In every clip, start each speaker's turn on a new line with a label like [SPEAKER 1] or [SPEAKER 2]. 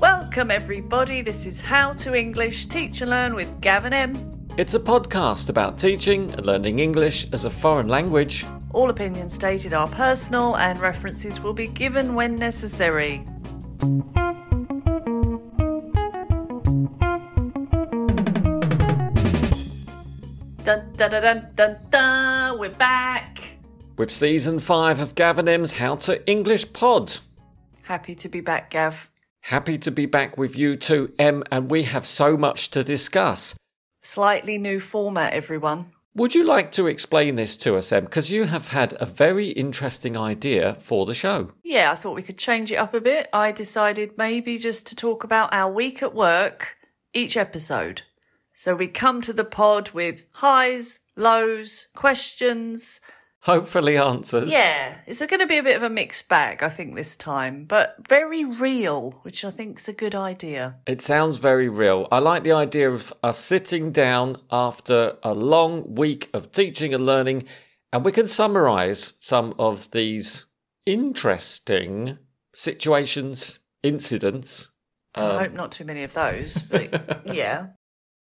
[SPEAKER 1] Welcome, everybody. This is How to English Teach and Learn with Gavin M.
[SPEAKER 2] It's a podcast about teaching and learning English as a foreign language.
[SPEAKER 1] All opinions stated are personal and references will be given when necessary. Dun dun dun dun dun dun! We're back.
[SPEAKER 2] With season 5 of Gavin M's How to English Pod.
[SPEAKER 1] Happy to be back, Gav.
[SPEAKER 2] Happy to be back with you too, Em, and we have so much to discuss.
[SPEAKER 1] Slightly new format, everyone.
[SPEAKER 2] Would you like to explain this to us, Em? Because you have had a very interesting idea for the show.
[SPEAKER 1] Yeah, I thought we could change it up a bit. I decided maybe just to talk about our week at work each episode. So we come to the pod with highs, lows, questions.
[SPEAKER 2] Hopefully, answers.
[SPEAKER 1] Yeah, it's going to be a bit of a mixed bag, I think, this time, but very real, which I think is a good idea.
[SPEAKER 2] It sounds very real. I like the idea of us sitting down after a long week of teaching and learning, and we can summarize some of these interesting situations, incidents
[SPEAKER 1] I hope not too many of those, but yeah.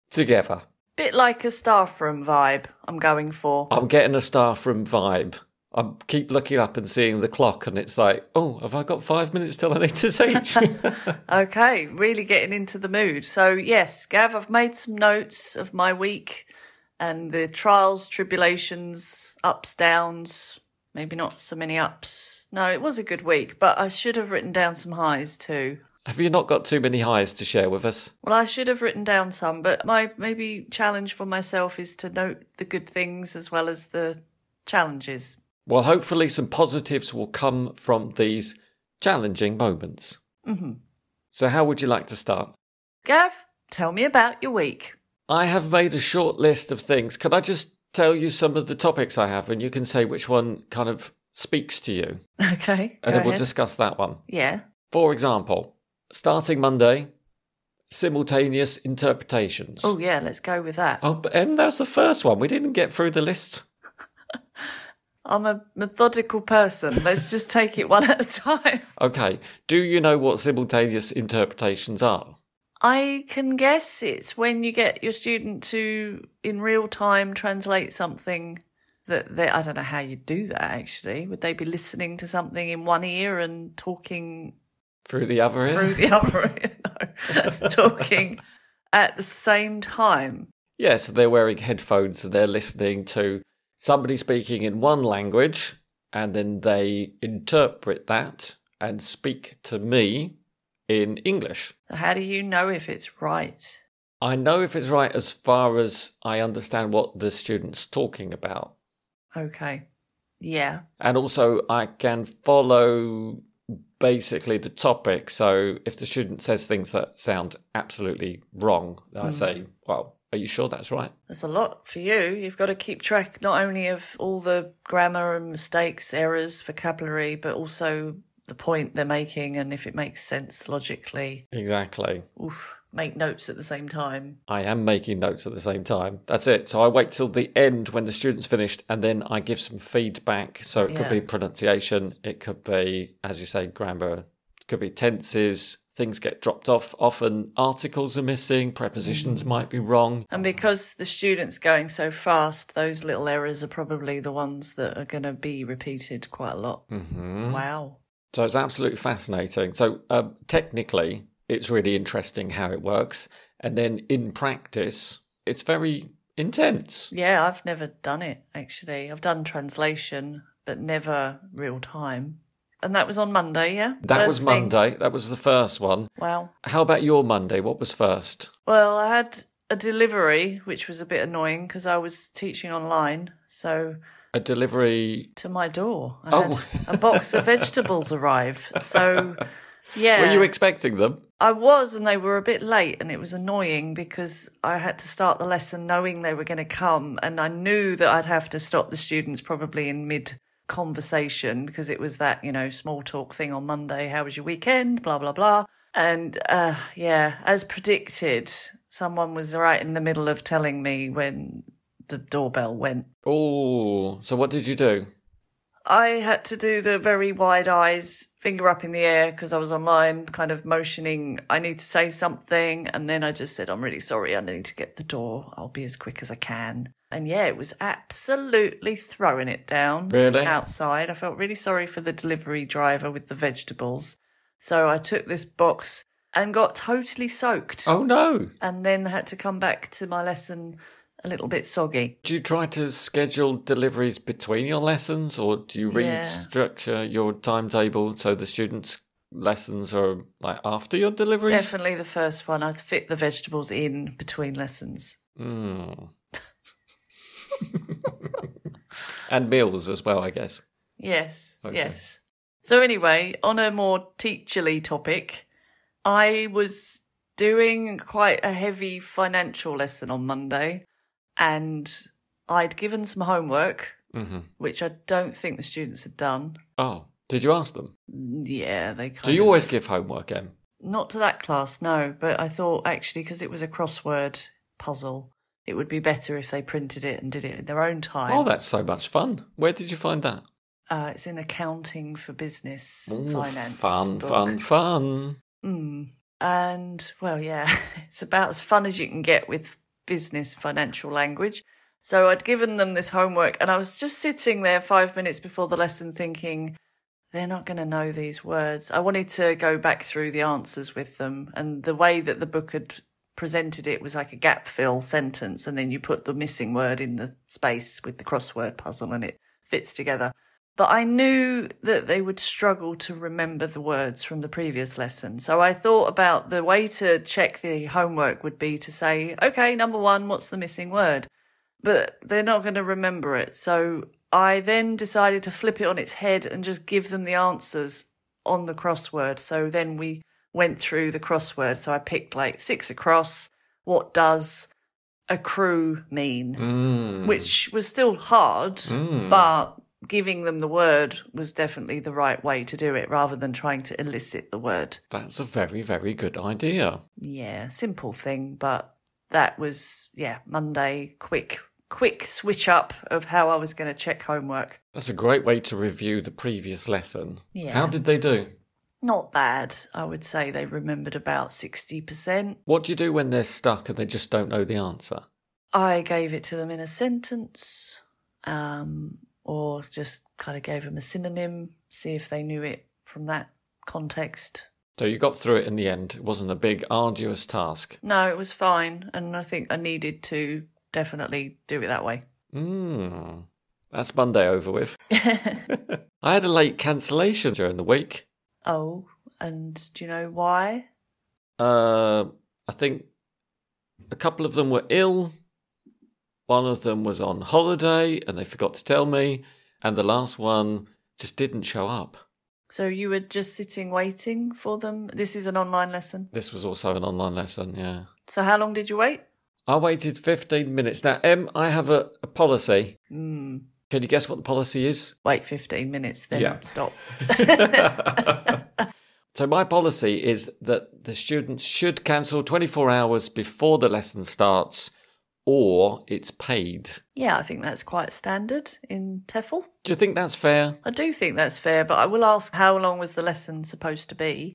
[SPEAKER 2] together.
[SPEAKER 1] Bit like a staff room vibe, I'm going for.
[SPEAKER 2] I'm getting a staff room vibe. I keep looking up and seeing the clock, and it's like, oh, have I got five minutes till I need to teach?
[SPEAKER 1] Okay, really getting into the mood. So, yes, Gav, I've made some notes of my week and the trials, tribulations, ups, downs, maybe not so many ups. No, it was a good week, but I should have written down some highs too.
[SPEAKER 2] have you not got too many highs to share with us?
[SPEAKER 1] Well, I should have written down some, but my maybe challenge for myself is to note the good things as well as the challenges.
[SPEAKER 2] Well, hopefully, some positives will come from these challenging moments.
[SPEAKER 1] Mm-hmm.
[SPEAKER 2] So, how would you like to start?
[SPEAKER 1] Gav, tell me about your week.
[SPEAKER 2] I have made a short list of things. Can I just tell you some of the topics I have, and you can say which one kind of speaks to you, and
[SPEAKER 1] Okay. go
[SPEAKER 2] then we'll
[SPEAKER 1] ahead.
[SPEAKER 2] discuss that one.
[SPEAKER 1] Yeah.
[SPEAKER 2] For example, starting Monday, simultaneous interpretations.
[SPEAKER 1] Oh, yeah, let's go with that.
[SPEAKER 2] Oh, but Em, that was the first one. We didn't get through the list.
[SPEAKER 1] I'm a methodical person. Let's just take it one at a time.
[SPEAKER 2] Okay. Do you know what simultaneous interpretations are?
[SPEAKER 1] I can guess it's when you get your student to, in real time, translate something that they, I don't know how you do that actually. Would they be listening to something in one ear and talking
[SPEAKER 2] Through the other end?
[SPEAKER 1] through the other ear? No, talking at the same time.
[SPEAKER 2] Yeah, so they're wearing headphones and they're listening to somebody speaking in one language, and then they interpret that and speak to me in English.
[SPEAKER 1] How do you know if it's right?
[SPEAKER 2] I know if it's right as far as I understand what the student's talking about.
[SPEAKER 1] Okay. Yeah.
[SPEAKER 2] And also, I can follow basically the topic. So if the student says things that sound absolutely wrong, I say, Well, are you sure that's right?
[SPEAKER 1] That's a lot for you. You've got to keep track not only of all the grammar and mistakes, errors, vocabulary, but also the point they're making and if it makes sense logically.
[SPEAKER 2] Exactly.
[SPEAKER 1] Oof, make notes at the same time.
[SPEAKER 2] I am making notes at the same time. That's it. So I wait till the end when the student's finished and then I give some feedback. So it could
[SPEAKER 1] Yeah.
[SPEAKER 2] be pronunciation, it could be, as you say, grammar, it could be tenses, things get dropped off. Often articles are missing,
[SPEAKER 1] Mm.
[SPEAKER 2] prepositions might be wrong.
[SPEAKER 1] And because the student's going so fast, those little errors are probably the ones that are going to be repeated quite a lot.
[SPEAKER 2] hmm
[SPEAKER 1] Wow.
[SPEAKER 2] So it's absolutely fascinating. So um, technically, it's really interesting how it works. And then in practice, it's very intense.
[SPEAKER 1] Yeah, I've never done it actually. I've done translation, but never real time. And that was on Monday, yeah?
[SPEAKER 2] That was
[SPEAKER 1] First thing.
[SPEAKER 2] Monday. That was the first one.
[SPEAKER 1] Wow.
[SPEAKER 2] How about your Monday? What was first?
[SPEAKER 1] Well, I had a delivery, which was a bit annoying because I was teaching online. So
[SPEAKER 2] A delivery.
[SPEAKER 1] to my door, I
[SPEAKER 2] Oh.
[SPEAKER 1] had a box of vegetables arrive. So yeah,
[SPEAKER 2] Were you expecting them?
[SPEAKER 1] I was, and they were a bit late, and it was annoying because I had to start the lesson knowing they were going to come, and I knew that I'd have to stop the students probably in mid conversation because it was that you know small talk thing on Monday. How was your weekend? Blah blah blah. And uh, yeah, as predicted, someone was right in the middle of telling me when the doorbell went.
[SPEAKER 2] Oh, so what did you do?
[SPEAKER 1] I had to do the very wide eyes, finger up in the air because I was online, kind of motioning, I need to say something. And then I just said, I'm really sorry. I need to get the door. I'll be as quick as I can. And yeah, it was absolutely throwing it down.
[SPEAKER 2] Really?
[SPEAKER 1] Outside. I felt really sorry for the delivery driver with the vegetables. So I took this box and got totally soaked
[SPEAKER 2] Oh no!
[SPEAKER 1] and then had to come back to my lesson a little bit soggy.
[SPEAKER 2] Do you try to schedule deliveries between your lessons, or do you
[SPEAKER 1] Yeah.
[SPEAKER 2] restructure your timetable so the students' lessons are like after your deliveries?
[SPEAKER 1] Definitely the first one. I fit the vegetables in between lessons.
[SPEAKER 2] Mm. and meals as well, I guess.
[SPEAKER 1] Yes.
[SPEAKER 2] Okay.
[SPEAKER 1] Yes. So anyway, on a more teacherly topic, I was doing quite a heavy financial lesson on Monday and I'd given some homework,
[SPEAKER 2] hmm
[SPEAKER 1] which I don't think the students had done.
[SPEAKER 2] Oh, did you ask them?
[SPEAKER 1] Yeah, they kind
[SPEAKER 2] Do you
[SPEAKER 1] of-
[SPEAKER 2] always give homework, Em?
[SPEAKER 1] Not to that class, no, but I thought actually because it was a crossword puzzle, it would be better if they printed it and did it in their own time.
[SPEAKER 2] Oh, that's so much fun. Where did you find that?
[SPEAKER 1] uh, it's in accounting for business
[SPEAKER 2] Ooh,
[SPEAKER 1] finance.
[SPEAKER 2] Fun,
[SPEAKER 1] book.
[SPEAKER 2] fun, fun.
[SPEAKER 1] Mm. And well, yeah, it's about as fun as you can get with business financial language. So I'd given them this homework and I was just sitting there five minutes before the lesson thinking, they're not going to know these words. I wanted to go back through the answers with them. And the way that the book had presented it was like a gap fill sentence. And then you put the missing word in the space with the crossword puzzle and it fits together. But I knew that they would struggle to remember the words from the previous lesson. So I thought about the way to check the homework would be to say, okay, number one, what's the missing word? But they're not going to remember it. So I then decided to flip it on its head and just give them the answers on the crossword. So then we went through the crossword. So I picked like six across. What does accrue mean?
[SPEAKER 2] Mm.
[SPEAKER 1] which was still hard, but giving them the word was definitely the right way to do it rather than trying to elicit the word.
[SPEAKER 2] That's a very, very good idea.
[SPEAKER 1] Yeah, simple thing, but that was, yeah, Monday, quick, quick switch up of how I was going to check homework.
[SPEAKER 2] That's a great way to review the previous lesson.
[SPEAKER 1] Yeah.
[SPEAKER 2] How did they do?
[SPEAKER 1] Not bad. I would say they remembered about 60%.
[SPEAKER 2] What do you do when they're stuck and they just don't know the answer?
[SPEAKER 1] I gave it to them in a sentence, um, or just kind of gave them a synonym, see if they knew it from that context.
[SPEAKER 2] So you got through it in the end. It wasn't a big, arduous task.
[SPEAKER 1] No, it was fine, and I think I needed to definitely do it that way.
[SPEAKER 2] Mm. That's Monday over with. I had a late cancellation during the week.
[SPEAKER 1] oh, and do you know why?
[SPEAKER 2] Uh, I think a couple of them were ill. One of them was on holiday and they forgot to tell me. And the last one just didn't show up.
[SPEAKER 1] So you were just sitting waiting for them. This is an online lesson.
[SPEAKER 2] This was also an online lesson, yeah.
[SPEAKER 1] So how long did you wait?
[SPEAKER 2] I waited 15 minutes. Now, Em, I have a, a policy.
[SPEAKER 1] Mm,
[SPEAKER 2] Can you guess what the policy is?
[SPEAKER 1] wait 15 minutes, then
[SPEAKER 2] Yeah.
[SPEAKER 1] stop.
[SPEAKER 2] So, my policy is that the students should cancel 24 hours before the lesson starts or it's paid.
[SPEAKER 1] yeah, I think that's quite standard in TEFL.
[SPEAKER 2] Do you think that's fair?
[SPEAKER 1] I do think that's fair, but I will ask how long was the lesson supposed to be?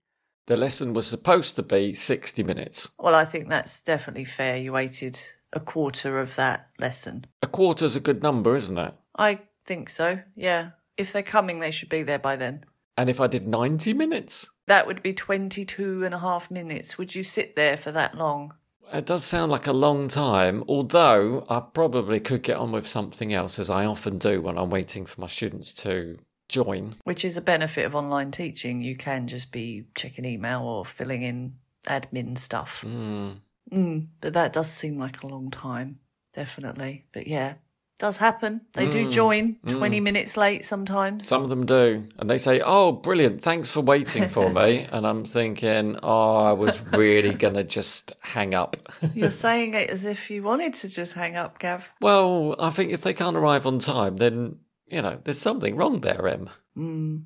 [SPEAKER 2] The lesson was supposed to be 60 minutes.
[SPEAKER 1] Well, I think that's definitely fair. You waited a quarter of that lesson.
[SPEAKER 2] A quarter's a good number, isn't it?
[SPEAKER 1] I think so, yeah. If they're coming, they should be there by then.
[SPEAKER 2] And if I did 90 minutes?
[SPEAKER 1] That would be 22 and a half minutes. Would you sit there for that long?
[SPEAKER 2] It does sound like a long time, although I probably could get on with something else, as I often do when I'm waiting for my students to join.
[SPEAKER 1] Which is a benefit of online teaching. You can just be checking email or filling in admin stuff.
[SPEAKER 2] Mm.
[SPEAKER 1] Mm, but that does seem like a long time, definitely. But yeah, does happen. They do join 20 minutes late sometimes.
[SPEAKER 2] Some of them do. And they say, Oh, brilliant. Thanks for waiting for me. and I'm thinking, Oh, I was really going to just hang up.
[SPEAKER 1] You're saying it as if you wanted to just hang up, Gav.
[SPEAKER 2] well, I think if they can't arrive on time, then, you know, there's something wrong there, Em.
[SPEAKER 1] Mm.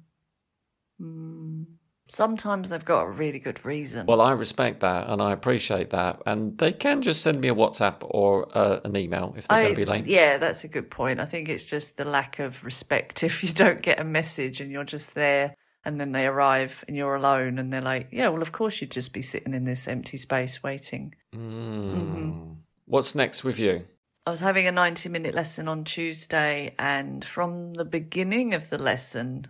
[SPEAKER 1] Mm. Sometimes they've got a really good reason.
[SPEAKER 2] Well, I respect that and I appreciate that. And they can just send me a WhatsApp or uh, an email if they're
[SPEAKER 1] I-
[SPEAKER 2] going to be late.
[SPEAKER 1] Yeah, that's a good point. I think it's just the lack of respect if you don't get a message and you're just there and then they arrive and you're alone and they're like, yeah, well, of course you'd just be sitting in this empty space waiting.
[SPEAKER 2] Mm. What's next with you?
[SPEAKER 1] I was having a 90 minute lesson on Tuesday, and from the beginning of the lesson,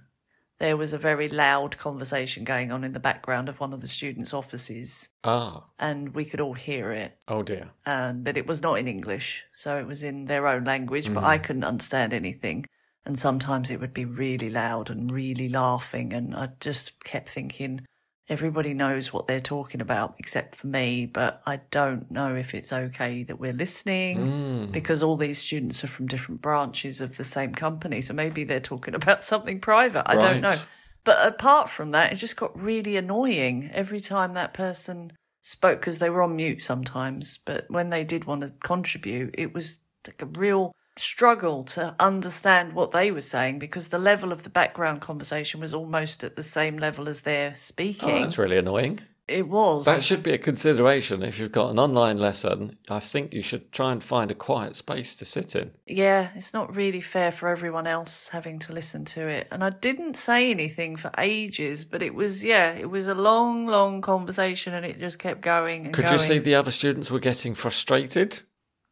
[SPEAKER 1] there was a very loud conversation going on in the background of one of the students' offices,
[SPEAKER 2] Ah,
[SPEAKER 1] and we could all hear it.
[SPEAKER 2] oh dear.
[SPEAKER 1] um, but it was not in English, so it was in their own language, but I couldn't understand anything. And sometimes it would be really loud and really laughing, and I just kept thinking, everybody knows what they're talking about except for me, but I don't know if it's okay that we're listening because all these students are from different branches of the same company, so maybe they're talking about something private. I
[SPEAKER 2] Right.
[SPEAKER 1] don't know. But apart from that, it just got really annoying every time that person spoke because they were on mute sometimes. But when they did want to contribute, it was like a real struggle to understand what they were saying because the level of the background conversation was almost at the same level as their
[SPEAKER 2] Oh,
[SPEAKER 1] speaking.
[SPEAKER 2] that's really annoying.
[SPEAKER 1] it was.
[SPEAKER 2] That should be a consideration if you've got an online lesson. I think you should try and find a quiet space to sit in.
[SPEAKER 1] yeah, it's not really fair for everyone else having to listen to it. And I didn't say anything for ages, but it was, yeah, it was a long, long conversation and it just kept going and
[SPEAKER 2] Could
[SPEAKER 1] going.
[SPEAKER 2] you see the other students were getting frustrated?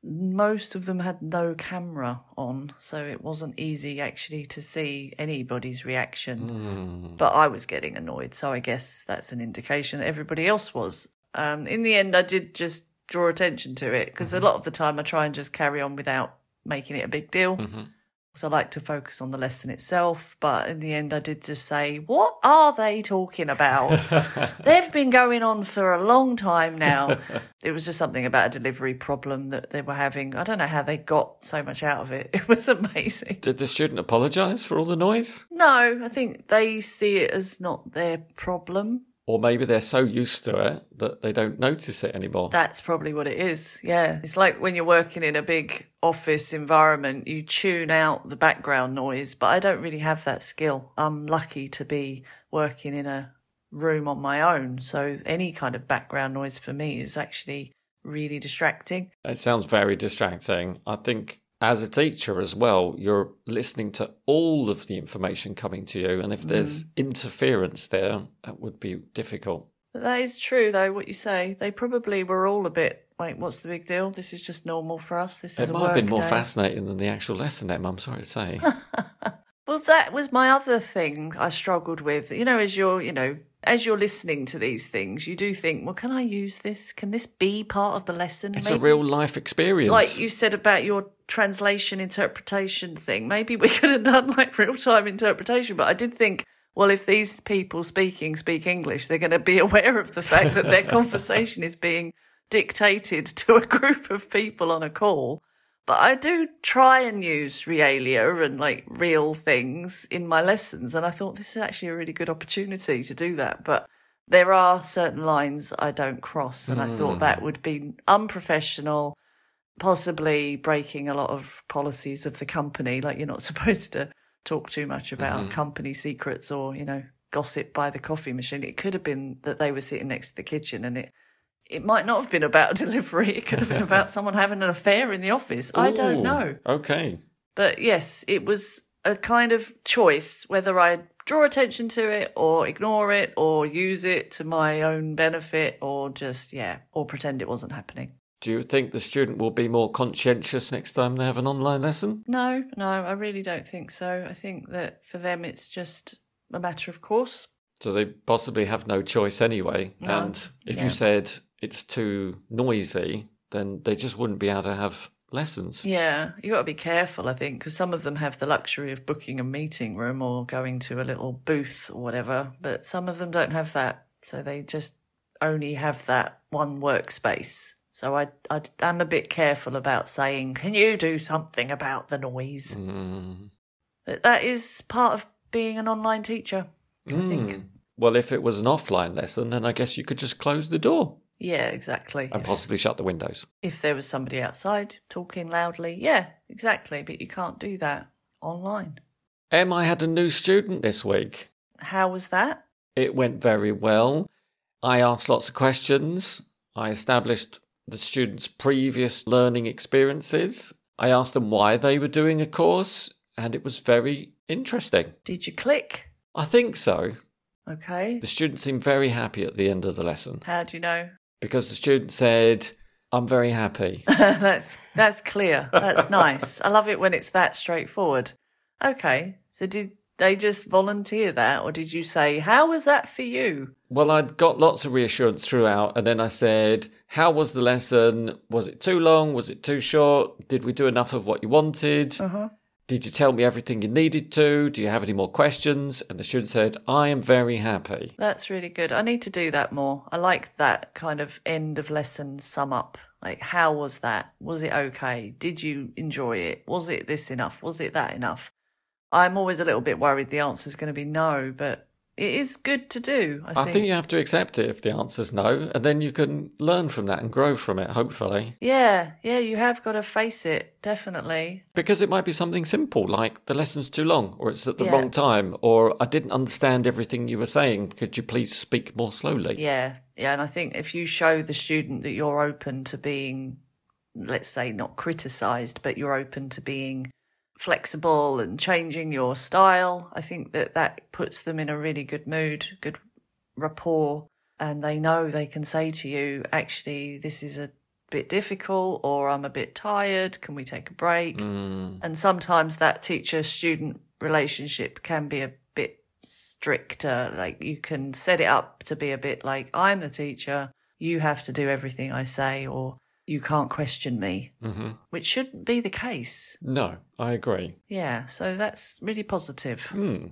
[SPEAKER 1] most of them had no camera on, so it wasn't easy actually to see anybody's reaction. But I was getting annoyed, so I guess that's an indication that everybody else was. Um, in the end, I did just draw attention to it because a lot of the time I try and just carry on without making it a big deal. So I like to focus on the lesson itself, but in the end, I did just say, What are they talking about? They've been going on for a long time now. it was just something about a delivery problem that they were having. I don't know how they got so much out of it. It was amazing.
[SPEAKER 2] Did the student apologise for all the noise?
[SPEAKER 1] No, I think they see it as not their problem.
[SPEAKER 2] Or maybe they're so used to it that they don't notice it anymore.
[SPEAKER 1] That's probably what it is. Yeah. It's like when you're working in a big office environment, you tune out the background noise, but I don't really have that skill. I'm lucky to be working in a room on my own. So any kind of background noise for me is actually really distracting.
[SPEAKER 2] It sounds very distracting. I think as a teacher as well, you're listening to all of the information coming to you. And if
[SPEAKER 1] Mm-hmm.
[SPEAKER 2] there's interference there, that would be difficult.
[SPEAKER 1] But that is true, though, what you say. They probably were all a bit like, what's the big deal? This is just normal for us. This is
[SPEAKER 2] it
[SPEAKER 1] a
[SPEAKER 2] might have been
[SPEAKER 1] work
[SPEAKER 2] more
[SPEAKER 1] day."
[SPEAKER 2] fascinating than the actual lesson, Em, I'm sorry to say.
[SPEAKER 1] Well, that was my other thing I struggled with. You know, as you're, you know, as you're listening to these things, you do think, well, can I use this? Can this be part of the lesson?
[SPEAKER 2] it's a
[SPEAKER 1] Maybe-
[SPEAKER 2] real life experience.
[SPEAKER 1] like you said about your translation interpretation thing. Maybe we could have done like real time interpretation, but I did think, well, if these people speaking speak English, they're going to be aware of the fact that their conversation is being dictated to a group of people on a call. But I do try and use realia and like real things in my lessons. And I thought this is actually a really good opportunity to do that. But there are certain lines I don't cross. And I thought that would be unprofessional possibly breaking a lot of policies of the company. Like you're not supposed to talk too much about company secrets or, you know, gossip by the coffee machine. It could have been that they were sitting next to the kitchen and it it might not have been about delivery. It could have been about someone having an affair in the office. I
[SPEAKER 2] Ooh,
[SPEAKER 1] don't know.
[SPEAKER 2] Okay.
[SPEAKER 1] But yes, it was a kind of choice whether I draw attention to it or ignore it or use it to my own benefit or just, yeah, or pretend it wasn't happening.
[SPEAKER 2] Do you think the student will be more conscientious next time they have an online lesson?
[SPEAKER 1] No, no, I really don't think so. I think that for them, it's just a matter of course.
[SPEAKER 2] So they possibly have no choice anyway.
[SPEAKER 1] No.
[SPEAKER 2] And if
[SPEAKER 1] Yeah.
[SPEAKER 2] you said it's too noisy, then they just wouldn't be able to have lessons.
[SPEAKER 1] Yeah, you got to be careful, I think, because some of them have the luxury of booking a meeting room or going to a little booth or whatever, but some of them don't have that. So they just only have that one workspace. So I, I am a bit careful about saying, can you do something about the noise?
[SPEAKER 2] Mm.
[SPEAKER 1] But that is part of being an online teacher, I think.
[SPEAKER 2] Mm. Well, if it was an offline lesson, then I guess you could just close the door
[SPEAKER 1] Yeah, exactly.
[SPEAKER 2] and
[SPEAKER 1] If-
[SPEAKER 2] possibly shut the windows.
[SPEAKER 1] if there was somebody outside talking loudly. Yeah, exactly. But you can't do that online.
[SPEAKER 2] Em, I had a new student this week.
[SPEAKER 1] How was that?
[SPEAKER 2] It went very well. I asked lots of questions. I established the students' previous learning experiences. I asked them why they were doing a course, and it was very interesting.
[SPEAKER 1] Did you click?
[SPEAKER 2] I think so.
[SPEAKER 1] Okay.
[SPEAKER 2] The students seemed very happy at the end of the lesson
[SPEAKER 1] How do you know?
[SPEAKER 2] because the student said, I'm very happy.
[SPEAKER 1] that's that's clear. That's nice. I love it when it's that straightforward. Okay. So did they just volunteer that or did you say, How was that for you?
[SPEAKER 2] Well, I'd got lots of reassurance throughout, and then I said, How was the lesson? Was it too long? Was it too short? Did we do enough of what you wanted?
[SPEAKER 1] Uh-huh.
[SPEAKER 2] Did you tell me everything you needed to? Do you have any more questions? And the student said, I am very happy.
[SPEAKER 1] That's really good. I need to do that more. I like that kind of end of lesson sum up. Like, how was that? Was it okay? Did you enjoy it? Was it this enough? Was it that enough? I'm always a little bit worried the answer's going to be no, but it is good to do. I
[SPEAKER 2] I
[SPEAKER 1] think.
[SPEAKER 2] think you have to accept it if the answer's no, and then you can learn from that and grow from it, hopefully.
[SPEAKER 1] yeah, yeah, you have got to face it, definitely.
[SPEAKER 2] Because it might be something simple, like the lesson's too long, or it's at the
[SPEAKER 1] Yeah.
[SPEAKER 2] wrong time, or I didn't understand everything you were saying. Could you please speak more slowly?
[SPEAKER 1] Yeah, yeah, and I think if you show the student that you're open to being, let's say, not criticised, but you're open to being flexible and changing your style, I think that that puts them in a really good mood, good rapport, and they know they can say to you, actually, this is a bit difficult, or I'm a bit tired, can we take a break? And sometimes that teacher student relationship can be a bit stricter. Like you can set it up to be a bit like, I'm the teacher, you have to do everything I say, or you can't question me,
[SPEAKER 2] hmm
[SPEAKER 1] which shouldn't be the case.
[SPEAKER 2] No, I agree.
[SPEAKER 1] Yeah, so that's really positive.
[SPEAKER 2] Hmm.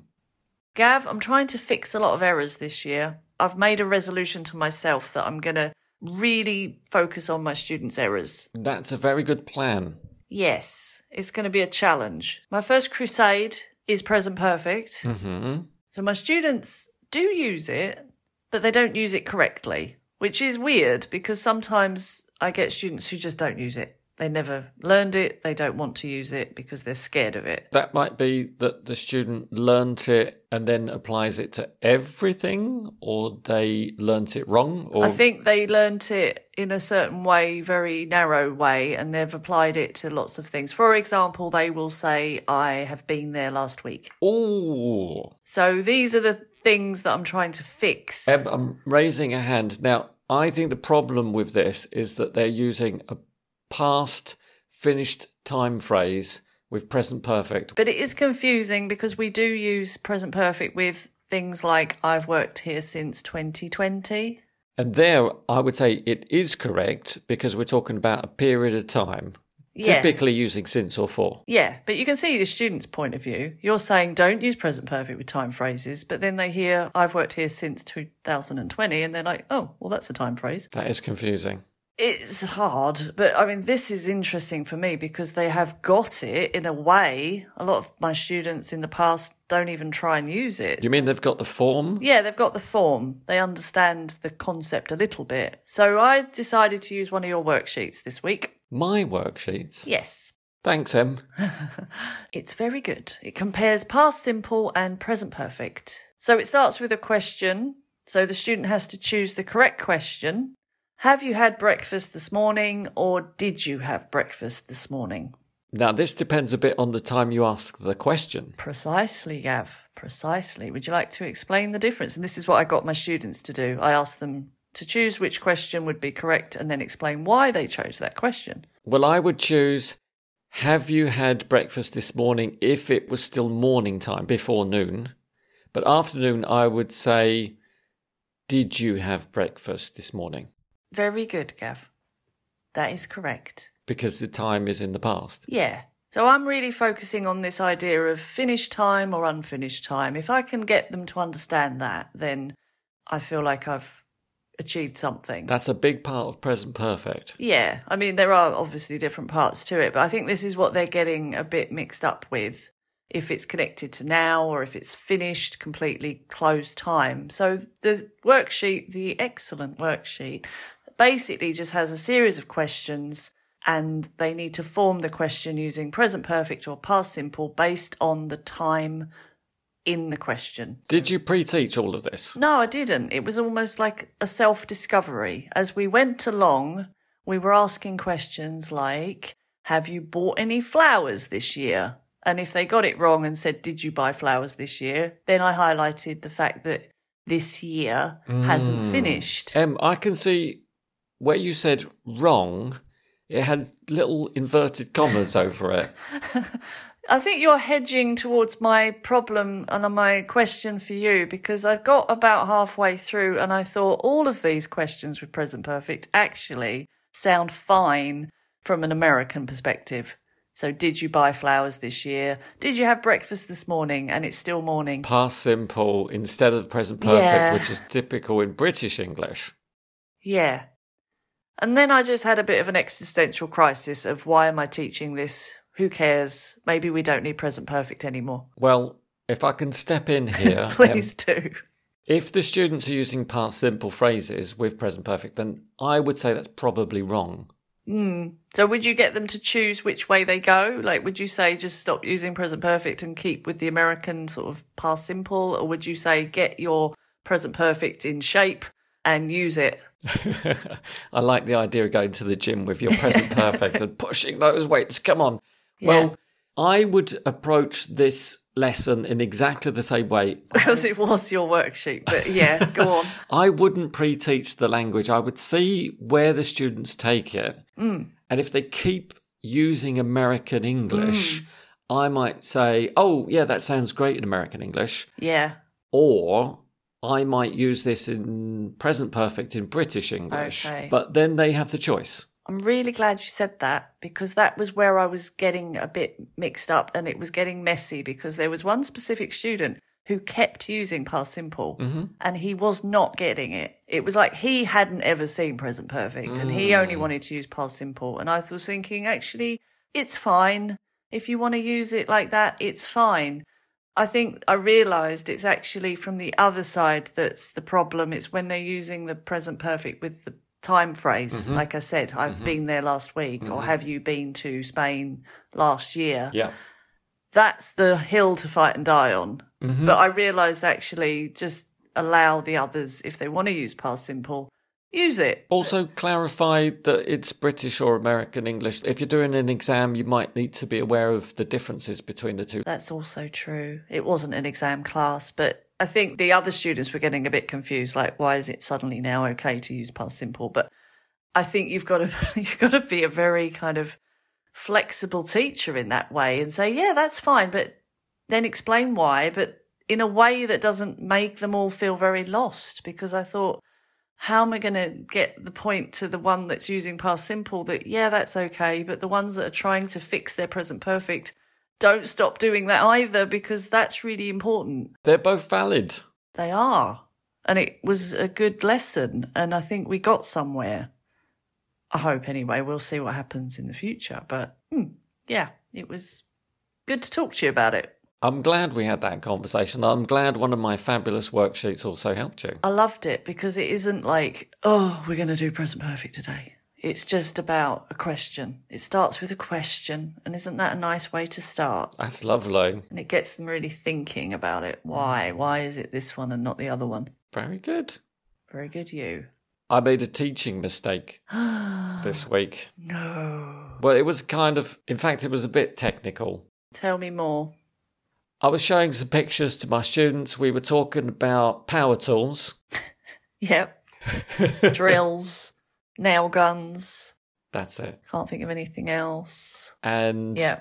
[SPEAKER 1] Gav, I'm trying to fix a lot of errors this year. I've made a resolution to myself that I'm going to really focus on my students' errors.
[SPEAKER 2] That's a very good plan.
[SPEAKER 1] Yes, it's going to be a challenge. My first crusade is present perfect.
[SPEAKER 2] hmm
[SPEAKER 1] So my students do use it, but they don't use it correctly, which is weird because sometimes I get students who just don't use it. They never learned it, they don't want to use it because they're scared of it.
[SPEAKER 2] That might be that the student learnt it and then applies it to everything, or they learnt it wrong, or
[SPEAKER 1] I think they learnt it in a certain way, very narrow way, and they've applied it to lots of things. For example, they will say, I have been there last week.
[SPEAKER 2] oh,
[SPEAKER 1] So these are the things that I'm trying to fix.
[SPEAKER 2] Em, I'm raising a hand now. I think the problem with this is that they're using a past finished time phrase with present perfect.
[SPEAKER 1] But it is confusing because we do use present perfect with things like I've worked here since 2020.
[SPEAKER 2] And there, I would say it is correct because we're talking about a period of time,
[SPEAKER 1] Yeah.
[SPEAKER 2] typically using since or for.
[SPEAKER 1] Yeah, but you can see the student's point of view. You're saying don't use present perfect with time phrases, but then they hear I've worked here since 2020 and they're like, "Oh, well that's a time phrase."
[SPEAKER 2] That is confusing.
[SPEAKER 1] It's hard, but I mean, this is interesting for me because they have got it in a way. A lot of my students in the past don't even try and use it.
[SPEAKER 2] You mean they've got the form?
[SPEAKER 1] Yeah, they've got the form. They understand the concept a little bit. So I decided to use one of your worksheets this week.
[SPEAKER 2] My worksheets?
[SPEAKER 1] Yes.
[SPEAKER 2] Thanks, Em.
[SPEAKER 1] It's very good. It compares past simple and present perfect. So it starts with a question. So the student has to choose the correct question. Have you had breakfast this morning or did you have breakfast this morning?
[SPEAKER 2] Now, this depends a bit on the time you ask the question.
[SPEAKER 1] Precisely, Gav. Precisely. Would you like to explain the difference? And this is what I got my students to do. I asked them to choose which question would be correct and then explain why they chose that question.
[SPEAKER 2] Well, I would choose Have you had breakfast this morning if it was still morning time before noon? But afternoon, I would say Did you have breakfast this morning?
[SPEAKER 1] Very good, Gav. That is correct.
[SPEAKER 2] Because the time is in the past.
[SPEAKER 1] Yeah. So I'm really focusing on this idea of finished time or unfinished time. If I can get them to understand that, then I feel like I've achieved something.
[SPEAKER 2] That's a big part of present perfect.
[SPEAKER 1] Yeah, I mean, there are obviously different parts to it, but I think this is what they're getting a bit mixed up with if it's connected to now or if it's finished completely closed time. So the worksheet, the excellent worksheet, basically just has a series of questions and they need to form the question using present perfect or past simple based on the time in the question.
[SPEAKER 2] Did you pre teach all of this?
[SPEAKER 1] No, I didn't. It was almost like a self discovery. As we went along, we were asking questions like, Have you bought any flowers this year? And if they got it wrong and said, Did you buy flowers this year? Then I highlighted the fact that this year hasn't finished.
[SPEAKER 2] Em, I can see where you said wrong, it had little inverted commas over it.
[SPEAKER 1] I think you're hedging towards my problem and my question for you because I got about halfway through and I thought all of these questions with present perfect actually sound fine from an American perspective. So, did you buy flowers this year? Did you have breakfast this morning? And it's still morning.
[SPEAKER 2] Past simple instead of present perfect,
[SPEAKER 1] Yeah.
[SPEAKER 2] which is typical in British English.
[SPEAKER 1] Yeah. And then I just had a bit of an existential crisis of why am I teaching this? Who cares? Maybe we don't need present perfect anymore.
[SPEAKER 2] Well, if I can step in here, Em,
[SPEAKER 1] Please do.
[SPEAKER 2] if the students are using past simple phrases with present perfect, then I would say that's probably wrong.
[SPEAKER 1] Mm. So would you get them to choose which way they go? Like, would you say just stop using present perfect and keep with the American sort of past simple? Or would you say get your present perfect in shape and use it?
[SPEAKER 2] I like the idea of going to the gym with your present perfect and pushing those weights. Come on. Well, I would approach this lesson in exactly the same way.
[SPEAKER 1] Because it was your worksheet. But yeah, go on.
[SPEAKER 2] I wouldn't pre teach the language, I would see where the students take it. And if they keep using American English, I might say, oh, yeah, that sounds great in American English.
[SPEAKER 1] Yeah.
[SPEAKER 2] or I might use this in present perfect in British English.
[SPEAKER 1] Okay.
[SPEAKER 2] But then they have the choice.
[SPEAKER 1] I'm really glad you said that because that was where I was getting a bit mixed up and it was getting messy because there was one specific student who kept using past simple and he was not getting it. It was like he hadn't ever seen present perfect and he only wanted to use past simple. And I was thinking, actually, it's fine. If you want to use it like that, it's fine. I think I realized it's actually from the other side that's the problem. It's when they're using the present perfect with the time phrase. Like I said, I've been there last week, or have you been to Spain last year?
[SPEAKER 2] Yeah.
[SPEAKER 1] That's the hill to fight and die on. But I realized actually just allow the others, if they want to use past simple, use it.
[SPEAKER 2] Also, clarify that it's British or American English. If you're doing an exam, you might need to be aware of the differences between the two.
[SPEAKER 1] That's also true. It wasn't an exam class, but I think the other students were getting a bit confused. Like, why is it suddenly now okay to use past simple? But I think you've got to you've got to be a very kind of flexible teacher in that way and say, yeah, that's fine, but then explain why, but in a way that doesn't make them all feel very lost. Because I thought, how am I going to get the point to the one that's using past simple that, yeah, that's okay, but the ones that are trying to fix their present perfect don't stop doing that either because that's really important.
[SPEAKER 2] They're both valid.
[SPEAKER 1] They are. And it was a good lesson. And I think we got somewhere. I hope anyway. We'll see what happens in the future. But hmm, yeah, it was good to talk to you about it.
[SPEAKER 2] I'm glad we had that conversation. I'm glad one of my fabulous worksheets also helped you.
[SPEAKER 1] I loved it because it isn't like, oh, we're going to do present perfect today. It's just about a question. It starts with a question. And isn't that a nice way to start?
[SPEAKER 2] That's lovely.
[SPEAKER 1] And it gets them really thinking about it. Why? Why is it this one and not the other one?
[SPEAKER 2] Very good.
[SPEAKER 1] Very good, you.
[SPEAKER 2] I made a teaching mistake this week.
[SPEAKER 1] No.
[SPEAKER 2] Well, it was kind of, in fact, it was a bit technical.
[SPEAKER 1] Tell me more.
[SPEAKER 2] I was showing some pictures to my students. We were talking about power tools.
[SPEAKER 1] Yep. Drills, nail guns.
[SPEAKER 2] That's it.
[SPEAKER 1] Can't think of anything else.
[SPEAKER 2] And
[SPEAKER 1] Yeah.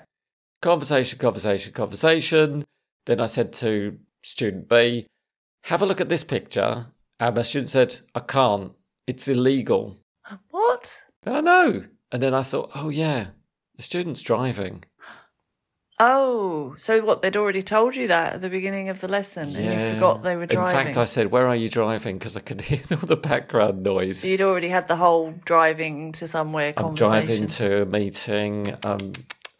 [SPEAKER 2] conversation, conversation, conversation. Then I said to student B, have a look at this picture. And my student said, I can't. It's illegal.
[SPEAKER 1] What?
[SPEAKER 2] I know. And then I thought, oh, yeah, the student's driving.
[SPEAKER 1] Oh, so what? They'd already told you that at the beginning of the lesson, and you
[SPEAKER 2] Yeah.
[SPEAKER 1] forgot they were driving.
[SPEAKER 2] In fact, I said, where are you driving? Because I could hear all the background noise.
[SPEAKER 1] so you'd already had the whole driving to somewhere
[SPEAKER 2] I'm
[SPEAKER 1] conversation.
[SPEAKER 2] driving to a meeting. Um,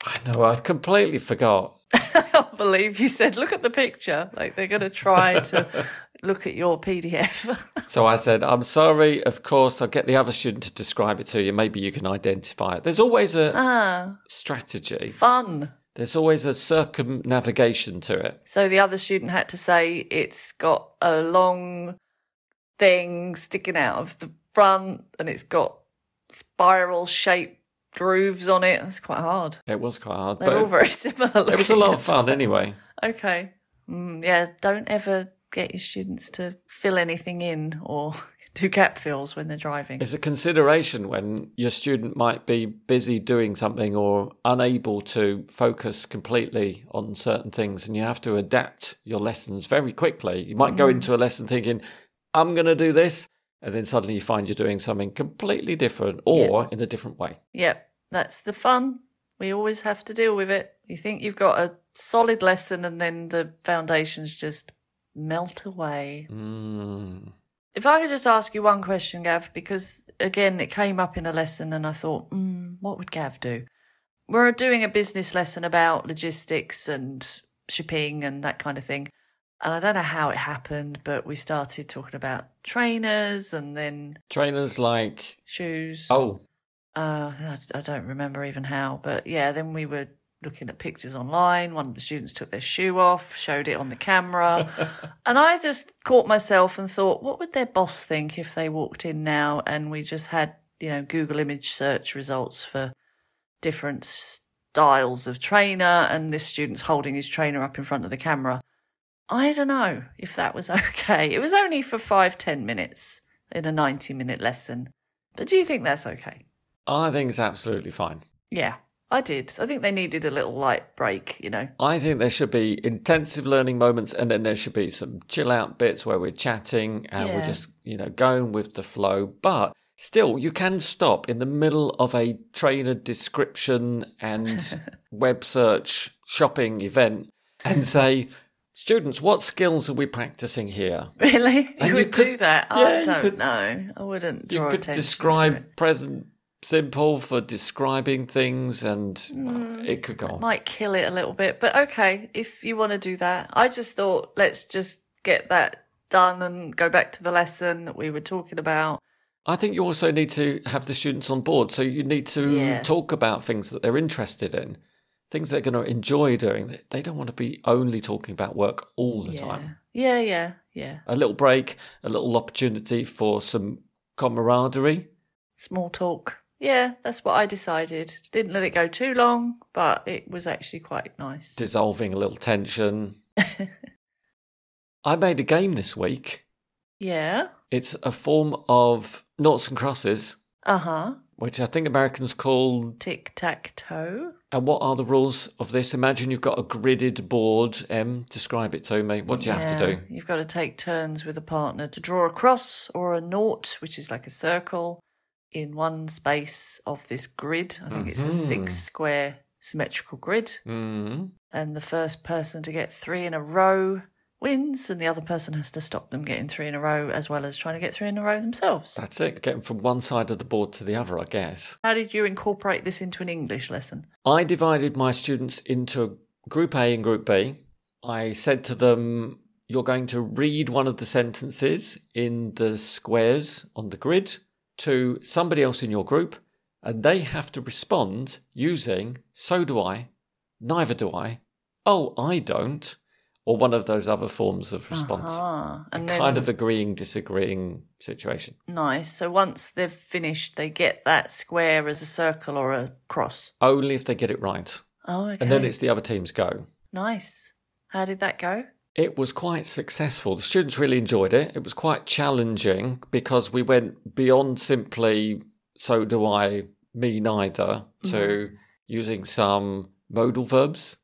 [SPEAKER 2] I know, I completely forgot.
[SPEAKER 1] I can't believe you said, "Look at the picture." Like they're going to try to look at your PDF.
[SPEAKER 2] So I said, I'm sorry, of course, I'll get the other student to describe it to you. Maybe you can identify it. There's always a
[SPEAKER 1] ah,
[SPEAKER 2] strategy.
[SPEAKER 1] fun.
[SPEAKER 2] There's always a circumnavigation to it.
[SPEAKER 1] So the other student had to say it's got a long thing sticking out of the front and it's got spiral shaped grooves on it. It's quite hard.
[SPEAKER 2] It was quite hard,
[SPEAKER 1] They're all
[SPEAKER 2] but
[SPEAKER 1] very similar.
[SPEAKER 2] it was a
[SPEAKER 1] looking.
[SPEAKER 2] lot of fun anyway.
[SPEAKER 1] Okay. Mm, yeah, don't ever get your students to fill anything in or do gap fills when they're driving.
[SPEAKER 2] It's a consideration when your student might be busy doing something or unable to focus completely on certain things, and you have to adapt your lessons very quickly. You might go into a lesson thinking, I'm going to do this, and then suddenly you find you're doing something completely different or in a different way.
[SPEAKER 1] Yep, that's the fun. We always have to deal with it. You think you've got a solid lesson and then the foundations just melt away.
[SPEAKER 2] Mm.
[SPEAKER 1] If I could just ask you one question, Gav, because again, it came up in a lesson and I thought, mm, what would Gav do? We're doing a business lesson about logistics and shipping and that kind of thing. And I don't know how it happened, but we started talking about trainers and then
[SPEAKER 2] Trainers like,
[SPEAKER 1] shoes.
[SPEAKER 2] oh,
[SPEAKER 1] Uh, I, I don't remember even how, but yeah, then we were looking at pictures online. One of the students took their shoe off, showed it on the camera. and I just caught myself and thought, what would their boss think if they walked in now and we just had, you know, Google image search results for different styles of trainer and this student's holding his trainer up in front of the camera. I don't know if that was okay. It was only for five, ten minutes in a 90 minute lesson. But do you think that's okay?
[SPEAKER 2] I think it's absolutely fine.
[SPEAKER 1] Yeah, I did. I think they needed a little light break, you know.
[SPEAKER 2] I think there should be intensive learning moments, and then there should be some chill out bits where we're chatting and we're
[SPEAKER 1] Yeah.
[SPEAKER 2] just, you know, going with the flow. But still, you can stop in the middle of a trainer description and web search shopping event and say, Students, what skills are we practicing here?
[SPEAKER 1] Really?
[SPEAKER 2] you
[SPEAKER 1] You would
[SPEAKER 2] could-
[SPEAKER 1] do that?
[SPEAKER 2] yeah,
[SPEAKER 1] I
[SPEAKER 2] you
[SPEAKER 1] don't
[SPEAKER 2] could-
[SPEAKER 1] know. I wouldn't
[SPEAKER 2] You
[SPEAKER 1] draw
[SPEAKER 2] could
[SPEAKER 1] attention to
[SPEAKER 2] describe
[SPEAKER 1] it.
[SPEAKER 2] present simple for describing things, and well,
[SPEAKER 1] Mm.
[SPEAKER 2] it could go on.
[SPEAKER 1] Might kill it a little bit, but okay, if you want to do that. I just thought, let's just get that done and go back to the lesson that we were talking about.
[SPEAKER 2] I think you also need to have the students on board. So you need to
[SPEAKER 1] Yeah.
[SPEAKER 2] talk about things that they're interested in, things they're going to enjoy doing. They- They don't want to be only talking about work all the
[SPEAKER 1] yeah.
[SPEAKER 2] time.
[SPEAKER 1] Yeah, yeah, yeah.
[SPEAKER 2] A little break, a little opportunity for some camaraderie.
[SPEAKER 1] Small talk. Yeah, that's what I decided. Didn't let it go too long, but it was actually quite nice.
[SPEAKER 2] dissolving a little tension. I made a game this week.
[SPEAKER 1] yeah.
[SPEAKER 2] It's a form of noughts and crosses,
[SPEAKER 1] Uh huh.
[SPEAKER 2] which I think Americans call
[SPEAKER 1] Tic tac toe.
[SPEAKER 2] And what are the rules of this? Imagine you've got a gridded board. Em, describe it to me. What do you have to
[SPEAKER 1] Yeah,
[SPEAKER 2] do?
[SPEAKER 1] You've got to take turns with a partner to draw a cross or a naught, which is like a circle, in one space of this grid. I think it's a
[SPEAKER 2] Mm-hmm.
[SPEAKER 1] six square symmetrical grid.
[SPEAKER 2] Mm.
[SPEAKER 1] And the first person to get three in a row wins, and the other person has to stop them getting three in a row as well as trying to get three in a row themselves.
[SPEAKER 2] That's it. Getting from one side of the board to the other, I guess.
[SPEAKER 1] How did you incorporate this into an English lesson?
[SPEAKER 2] I divided my students into group A and group B. I said to them, You're going to read one of the sentences in the squares on the grid to somebody else in your group, and they have to respond using, So do I, Neither do I, Oh, I don't, or one of those other forms of response.
[SPEAKER 1] Ah, and then
[SPEAKER 2] Kind of agreeing, disagreeing situation.
[SPEAKER 1] nice. So once they've finished, they get that square as a circle or a cross.
[SPEAKER 2] Only if they get it right.
[SPEAKER 1] Oh, okay.
[SPEAKER 2] And then it's the other team's go.
[SPEAKER 1] Nice. How did that go?
[SPEAKER 2] It was quite successful. The students really enjoyed it. It was quite challenging because we went beyond simply so do I, me neither, to using some modal verbs.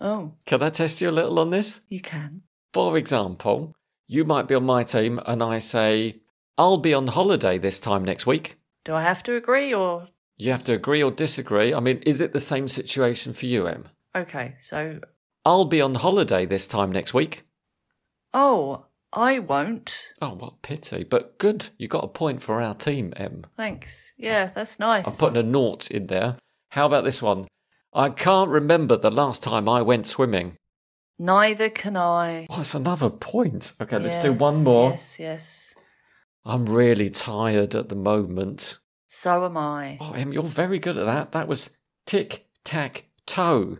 [SPEAKER 1] Oh,
[SPEAKER 2] Can I test you a little on this?
[SPEAKER 1] you can.
[SPEAKER 2] For example, you might be on my team and I say, I'll be on holiday this time next week.
[SPEAKER 1] Do I have to agree or
[SPEAKER 2] You have to agree or disagree. I mean, is it the same situation for you, Em?
[SPEAKER 1] okay? So,
[SPEAKER 2] I'll be on holiday this time next week.
[SPEAKER 1] oh, I won't.
[SPEAKER 2] Oh, what pity. But good, you got a point for our team, Em.
[SPEAKER 1] Thanks. Yeah, that's
[SPEAKER 2] I'm
[SPEAKER 1] nice.
[SPEAKER 2] putting a naught in there. How about this one? I can't remember the last time I went swimming.
[SPEAKER 1] Neither can I.
[SPEAKER 2] Oh, that's another point. Okay, let's do
[SPEAKER 1] Yes,
[SPEAKER 2] one more.
[SPEAKER 1] Yes, yes.
[SPEAKER 2] I'm really tired at the moment.
[SPEAKER 1] So am I.
[SPEAKER 2] Oh, Em, you're very good at that. That was tick, tack, toe.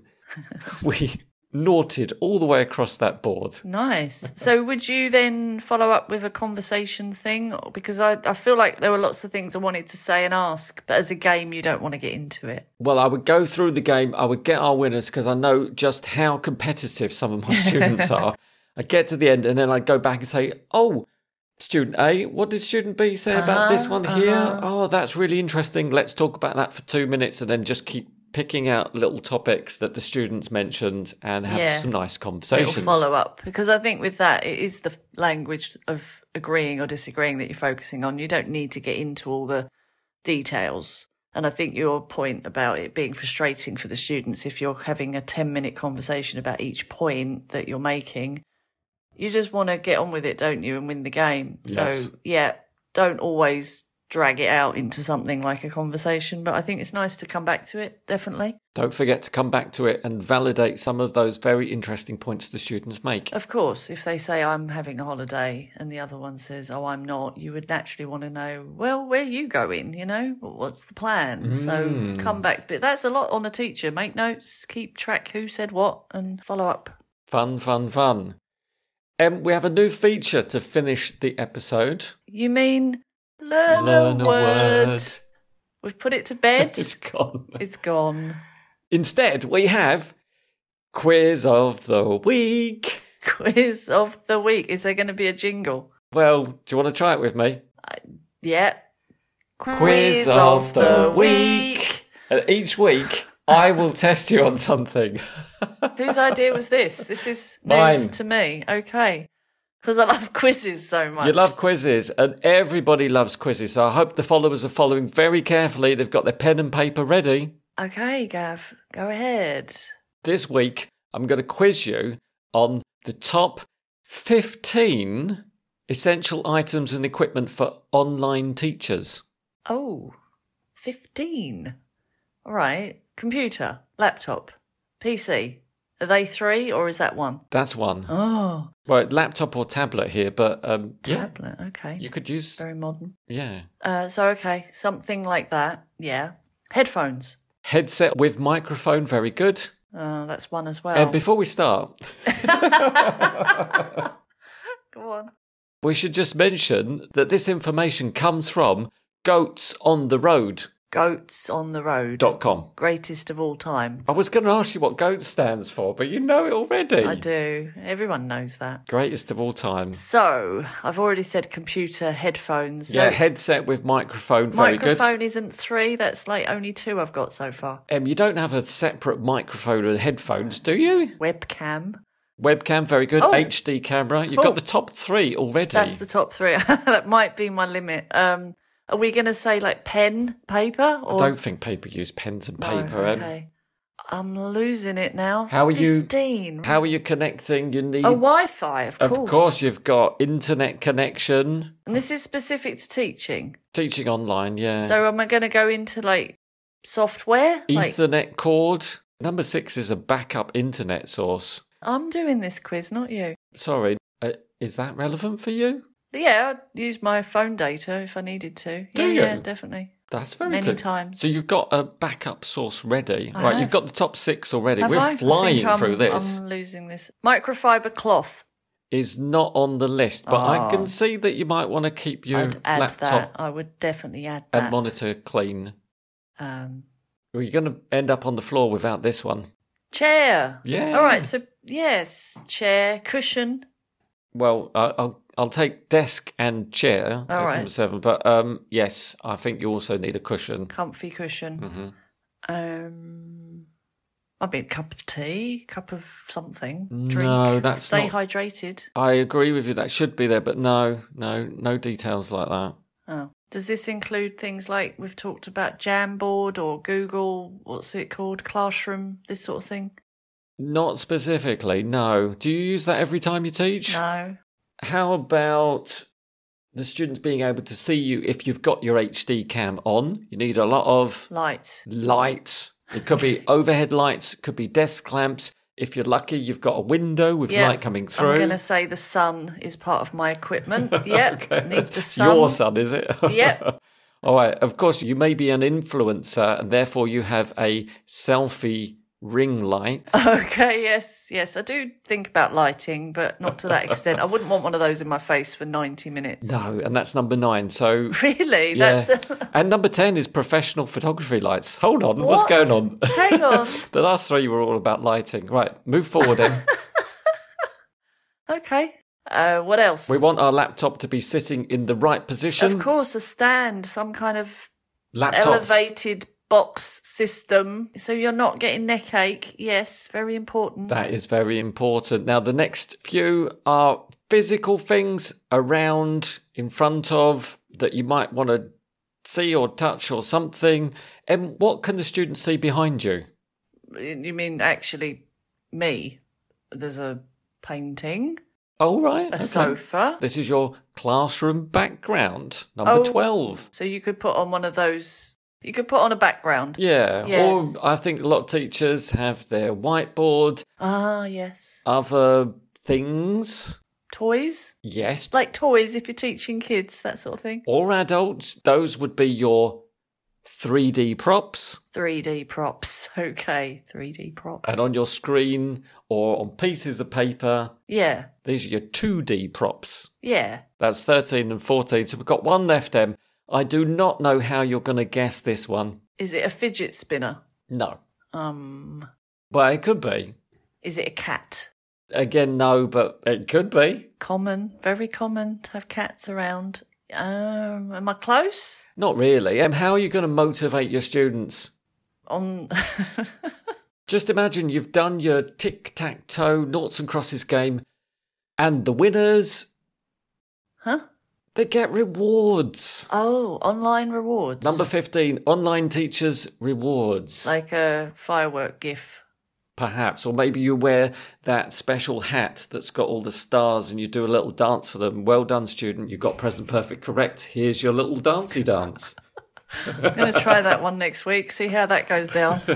[SPEAKER 2] we naughted all the way across that board.
[SPEAKER 1] Nice. So, would you then follow up with a conversation thing? Or- Because I, I feel like there were lots of things I wanted to say and ask, but as a game, you don't want to get into it.
[SPEAKER 2] Well, I would go through the game, I would get our winners because I know just how competitive some of my students are. I get to the end and then I'd go back and say, Oh, student A, what did student B say about
[SPEAKER 1] Uh-huh,
[SPEAKER 2] this one here? Oh, that's really interesting. Let's talk about that for two minutes and then just keep picking out little topics that the students mentioned and have
[SPEAKER 1] Yeah.
[SPEAKER 2] some nice
[SPEAKER 1] It'll
[SPEAKER 2] conversations.
[SPEAKER 1] follow up because I think with that, it is the language of agreeing or disagreeing that you're focusing on. You don't need to get into all the details. And I think your point about it being frustrating for the students, if you're having a 10 minute conversation about each point that you're making, you just want to get on with it, don't you, and win the game.
[SPEAKER 2] Yes.
[SPEAKER 1] So, yeah, don't always drag it out into something like a conversation, but I think it's nice to come back to it, definitely.
[SPEAKER 2] Don't forget to come back to it and validate some of those very interesting points the students make.
[SPEAKER 1] Of course, if they say I'm having a holiday and the other one says, "Oh, I'm not," you would naturally want to know, well, where are you going? You know, what's the plan?
[SPEAKER 2] Mm.
[SPEAKER 1] So come back. But that's a lot on a teacher. Make notes, keep track who said what, and follow up.
[SPEAKER 2] Fun, fun, fun. Um, we have a new feature to finish the episode.
[SPEAKER 1] You mean learn, a, word. We've put it to bed.
[SPEAKER 2] It's gone.
[SPEAKER 1] it's gone.
[SPEAKER 2] Instead, we have quiz of the week.
[SPEAKER 1] Quiz of the week. Is there going to be a jingle?
[SPEAKER 2] Well, do you want to try it with me?
[SPEAKER 1] Yeah.
[SPEAKER 2] Quiz of the week. And each week, I will test you on something.
[SPEAKER 1] Whose idea was this? This is news
[SPEAKER 2] Mine.
[SPEAKER 1] to me. Okay. Because I love quizzes so much.
[SPEAKER 2] You love quizzes, and everybody loves quizzes. So I hope the followers are following very carefully. They've got their pen and paper ready.
[SPEAKER 1] Okay, Gav, go ahead.
[SPEAKER 2] This week, I'm going to quiz you on the top 15 essential items and equipment for online teachers.
[SPEAKER 1] Oh, 15. All right. Computer, laptop, PC. Are they three or is that one?
[SPEAKER 2] That's one.
[SPEAKER 1] Oh,
[SPEAKER 2] Well, laptop or tablet here, but um, yeah,
[SPEAKER 1] tablet. Okay.
[SPEAKER 2] you could use.
[SPEAKER 1] Very modern.
[SPEAKER 2] Yeah.
[SPEAKER 1] Uh, so, okay, something like that. Yeah. Headphones.
[SPEAKER 2] Headset with microphone, very good.
[SPEAKER 1] Oh, that's one as
[SPEAKER 2] And
[SPEAKER 1] well.
[SPEAKER 2] before we start,
[SPEAKER 1] go on.
[SPEAKER 2] we should just mention that this information comes from goatsontheroad.com.
[SPEAKER 1] Goats on the road. Greatest of all time.
[SPEAKER 2] I was going to ask you what GOAT stands for, but you know it already.
[SPEAKER 1] I do. Everyone knows that.
[SPEAKER 2] Greatest of all time.
[SPEAKER 1] So I've already said computer headphones. So
[SPEAKER 2] yeah, headset with microphone, very good.
[SPEAKER 1] microphone isn't three. That's like only two I've got so far.
[SPEAKER 2] Um, you don't have a separate microphone and headphones, do you?
[SPEAKER 1] Webcam.
[SPEAKER 2] Webcam, very good.
[SPEAKER 1] Oh.
[SPEAKER 2] HD camera. You've
[SPEAKER 1] Cool.
[SPEAKER 2] got the top three already.
[SPEAKER 1] That's the top three. that might be my limit. Um, are we going to say like pen, paper,
[SPEAKER 2] I
[SPEAKER 1] or
[SPEAKER 2] don't think people use pens and
[SPEAKER 1] No,
[SPEAKER 2] paper. um,
[SPEAKER 1] okay. I'm losing it now.
[SPEAKER 2] How are you-
[SPEAKER 1] Fifteen.
[SPEAKER 2] How are you connecting? You need,
[SPEAKER 1] A Wi-Fi, Oh, of
[SPEAKER 2] of
[SPEAKER 1] course.
[SPEAKER 2] course. you've got internet connection,
[SPEAKER 1] And this is specific to teaching.
[SPEAKER 2] teaching online, yeah.
[SPEAKER 1] So am I going to go into like software? Like
[SPEAKER 2] Ethernet cord. Number six is a backup internet source.
[SPEAKER 1] I'm doing this quiz, not you.
[SPEAKER 2] Sorry, uh, is that relevant for you?
[SPEAKER 1] Yeah, I'd use my phone data if I needed to.
[SPEAKER 2] Do
[SPEAKER 1] yeah,
[SPEAKER 2] you?
[SPEAKER 1] yeah, definitely.
[SPEAKER 2] That's very
[SPEAKER 1] Many
[SPEAKER 2] good.
[SPEAKER 1] times.
[SPEAKER 2] So you've got a backup source ready,
[SPEAKER 1] I
[SPEAKER 2] right?
[SPEAKER 1] have.
[SPEAKER 2] You've got the top six already.
[SPEAKER 1] Have
[SPEAKER 2] We're
[SPEAKER 1] I? I
[SPEAKER 2] flying
[SPEAKER 1] think I'm-
[SPEAKER 2] through this.
[SPEAKER 1] I'm losing this. Microfiber cloth.
[SPEAKER 2] Is not on the list, but I
[SPEAKER 1] Oh.
[SPEAKER 2] can see that you might want to keep your
[SPEAKER 1] I'd add that.
[SPEAKER 2] laptop
[SPEAKER 1] I would definitely add
[SPEAKER 2] and
[SPEAKER 1] that.
[SPEAKER 2] monitor clean.
[SPEAKER 1] um,
[SPEAKER 2] Well, you're going to end up on the floor without this one.
[SPEAKER 1] chair.
[SPEAKER 2] Yeah.
[SPEAKER 1] All right. So yes, chair, cushion.
[SPEAKER 2] Well, I- I'll I'll take desk and chair. That's
[SPEAKER 1] right.
[SPEAKER 2] number seven. But um, yes, I think you also need a cushion.
[SPEAKER 1] comfy cushion.
[SPEAKER 2] Hmm.
[SPEAKER 1] Um, I mean, cup of tea, cup of something, drink.
[SPEAKER 2] No, that's
[SPEAKER 1] stay
[SPEAKER 2] not-
[SPEAKER 1] hydrated.
[SPEAKER 2] I agree with you. That should be there, but no, no, no details like that.
[SPEAKER 1] Oh. Does this include things like we've talked about Jamboard or Google, what's it called, Classroom, this sort of thing?
[SPEAKER 2] Not specifically. No. Do you use that every time you teach?
[SPEAKER 1] No.
[SPEAKER 2] How about the students being able to see you if you've got your HD cam on? You need a lot of
[SPEAKER 1] Light.
[SPEAKER 2] lights. It could be overhead lights, it could be desk lamps. If you're lucky, you've got a window with light coming through.
[SPEAKER 1] I'm going to say the sun is part of my equipment. Yep. Needs the
[SPEAKER 2] It's
[SPEAKER 1] sun.
[SPEAKER 2] Your son, is it?
[SPEAKER 1] Yep.
[SPEAKER 2] All right. Of course, you may be an influencer, and therefore you have a selfie ring light.
[SPEAKER 1] Okay, yes, yes. I do think about lighting, but not to that extent. I wouldn't want one of those in my face for 90 minutes.
[SPEAKER 2] No, and that's number nine. So
[SPEAKER 1] Really?
[SPEAKER 2] yeah,
[SPEAKER 1] That's
[SPEAKER 2] and number ten is professional photography lights. Hold on, what's
[SPEAKER 1] What?
[SPEAKER 2] going on?
[SPEAKER 1] Hang on.
[SPEAKER 2] the last three were all about lighting. Right, move forward. Em.
[SPEAKER 1] Okay. Uh, what else?
[SPEAKER 2] we want our laptop to be sitting in the right position.
[SPEAKER 1] of course, a stand, some kind of
[SPEAKER 2] Laptops.
[SPEAKER 1] elevated box system. So you're not getting neck ache. Yes, very important.
[SPEAKER 2] That is very important. Now, the next few are physical things around, in front of, that you might want to see or touch or something. And what can the students see behind you?
[SPEAKER 1] you mean actually me? There's a painting,
[SPEAKER 2] All Oh, right.
[SPEAKER 1] a
[SPEAKER 2] okay.
[SPEAKER 1] sofa.
[SPEAKER 2] This is your classroom background, number
[SPEAKER 1] Oh.
[SPEAKER 2] 12.
[SPEAKER 1] So you could put on one of those. You could put on a background.
[SPEAKER 2] Yeah.
[SPEAKER 1] Yes.
[SPEAKER 2] Or I think a lot of teachers have their whiteboard,
[SPEAKER 1] Ah, yes.
[SPEAKER 2] other things.
[SPEAKER 1] Toys,
[SPEAKER 2] Yes.
[SPEAKER 1] like toys, if you're teaching kids, that sort of thing.
[SPEAKER 2] Or adults, those would be your 3D props.
[SPEAKER 1] 3D props. Okay, 3D props.
[SPEAKER 2] and on your screen or on pieces of paper.
[SPEAKER 1] Yeah,
[SPEAKER 2] These are your 2D props.
[SPEAKER 1] yeah.
[SPEAKER 2] That's 13 and 14. So we've got one left, Em. I do not know how you're going to guess this one.
[SPEAKER 1] Is it a fidget spinner?
[SPEAKER 2] No.
[SPEAKER 1] Um,
[SPEAKER 2] Well, it could be.
[SPEAKER 1] is it a cat?
[SPEAKER 2] Again, no, but it could be.
[SPEAKER 1] Common, very common to have cats around. Um, am I close?
[SPEAKER 2] Not really. Em, how are you going to motivate your students?
[SPEAKER 1] On
[SPEAKER 2] Just imagine you've done your tic tac toe, noughts and crosses game, and the winners,
[SPEAKER 1] huh?
[SPEAKER 2] they get rewards.
[SPEAKER 1] Oh, online rewards.
[SPEAKER 2] Number 15 online teachers' rewards.
[SPEAKER 1] like a firework gif.
[SPEAKER 2] perhaps, or maybe you wear that special hat that's got all the stars and you do a little dance for them. Well done, student, you got present perfect correct. Here's your little dancey dance.
[SPEAKER 1] I'm going to try that one next week. See how that goes down.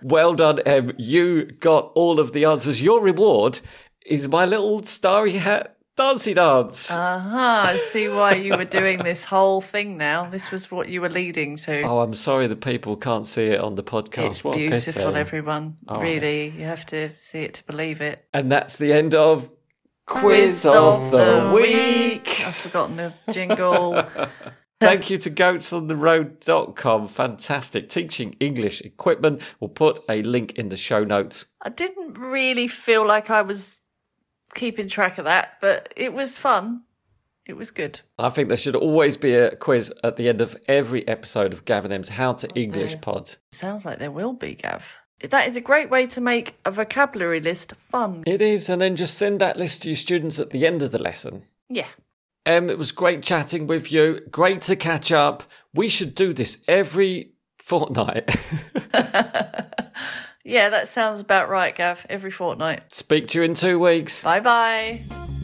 [SPEAKER 2] Well done, Em, you got all of the answers. Your reward is my little starry hat dancey dance.
[SPEAKER 1] Aha! I see why you were doing this whole thing now. This was what you were leading to.
[SPEAKER 2] Oh, I'm sorry the people can't see it on the podcast.
[SPEAKER 1] it's
[SPEAKER 2] What a Oh, piss,
[SPEAKER 1] beautiful,
[SPEAKER 2] Em.
[SPEAKER 1] everyone. really, you have to see it to believe it.
[SPEAKER 2] And that's the end of Quiz, of, the, week.
[SPEAKER 1] I've forgotten the jingle.
[SPEAKER 2] Thank you to goatsontheroad.com. Fantastic teaching English equipment. We'll put a link in the show notes.
[SPEAKER 1] I didn't really feel like I was keeping track of that, but it was fun. It was good.
[SPEAKER 2] I think there should always be a quiz at the end of every episode of Gavin M's How to English pod.
[SPEAKER 1] Sounds like there will be, Gav. That is a great way to make a vocabulary list fun.
[SPEAKER 2] It is, and then just send that list to your students at the end of the lesson.
[SPEAKER 1] Yeah.
[SPEAKER 2] Em, it was great chatting with you. Great to catch up. We should do this every fortnight.
[SPEAKER 1] Yeah, that sounds about right, Gav. Every fortnight.
[SPEAKER 2] Speak to you in two weeks.
[SPEAKER 1] Bye bye.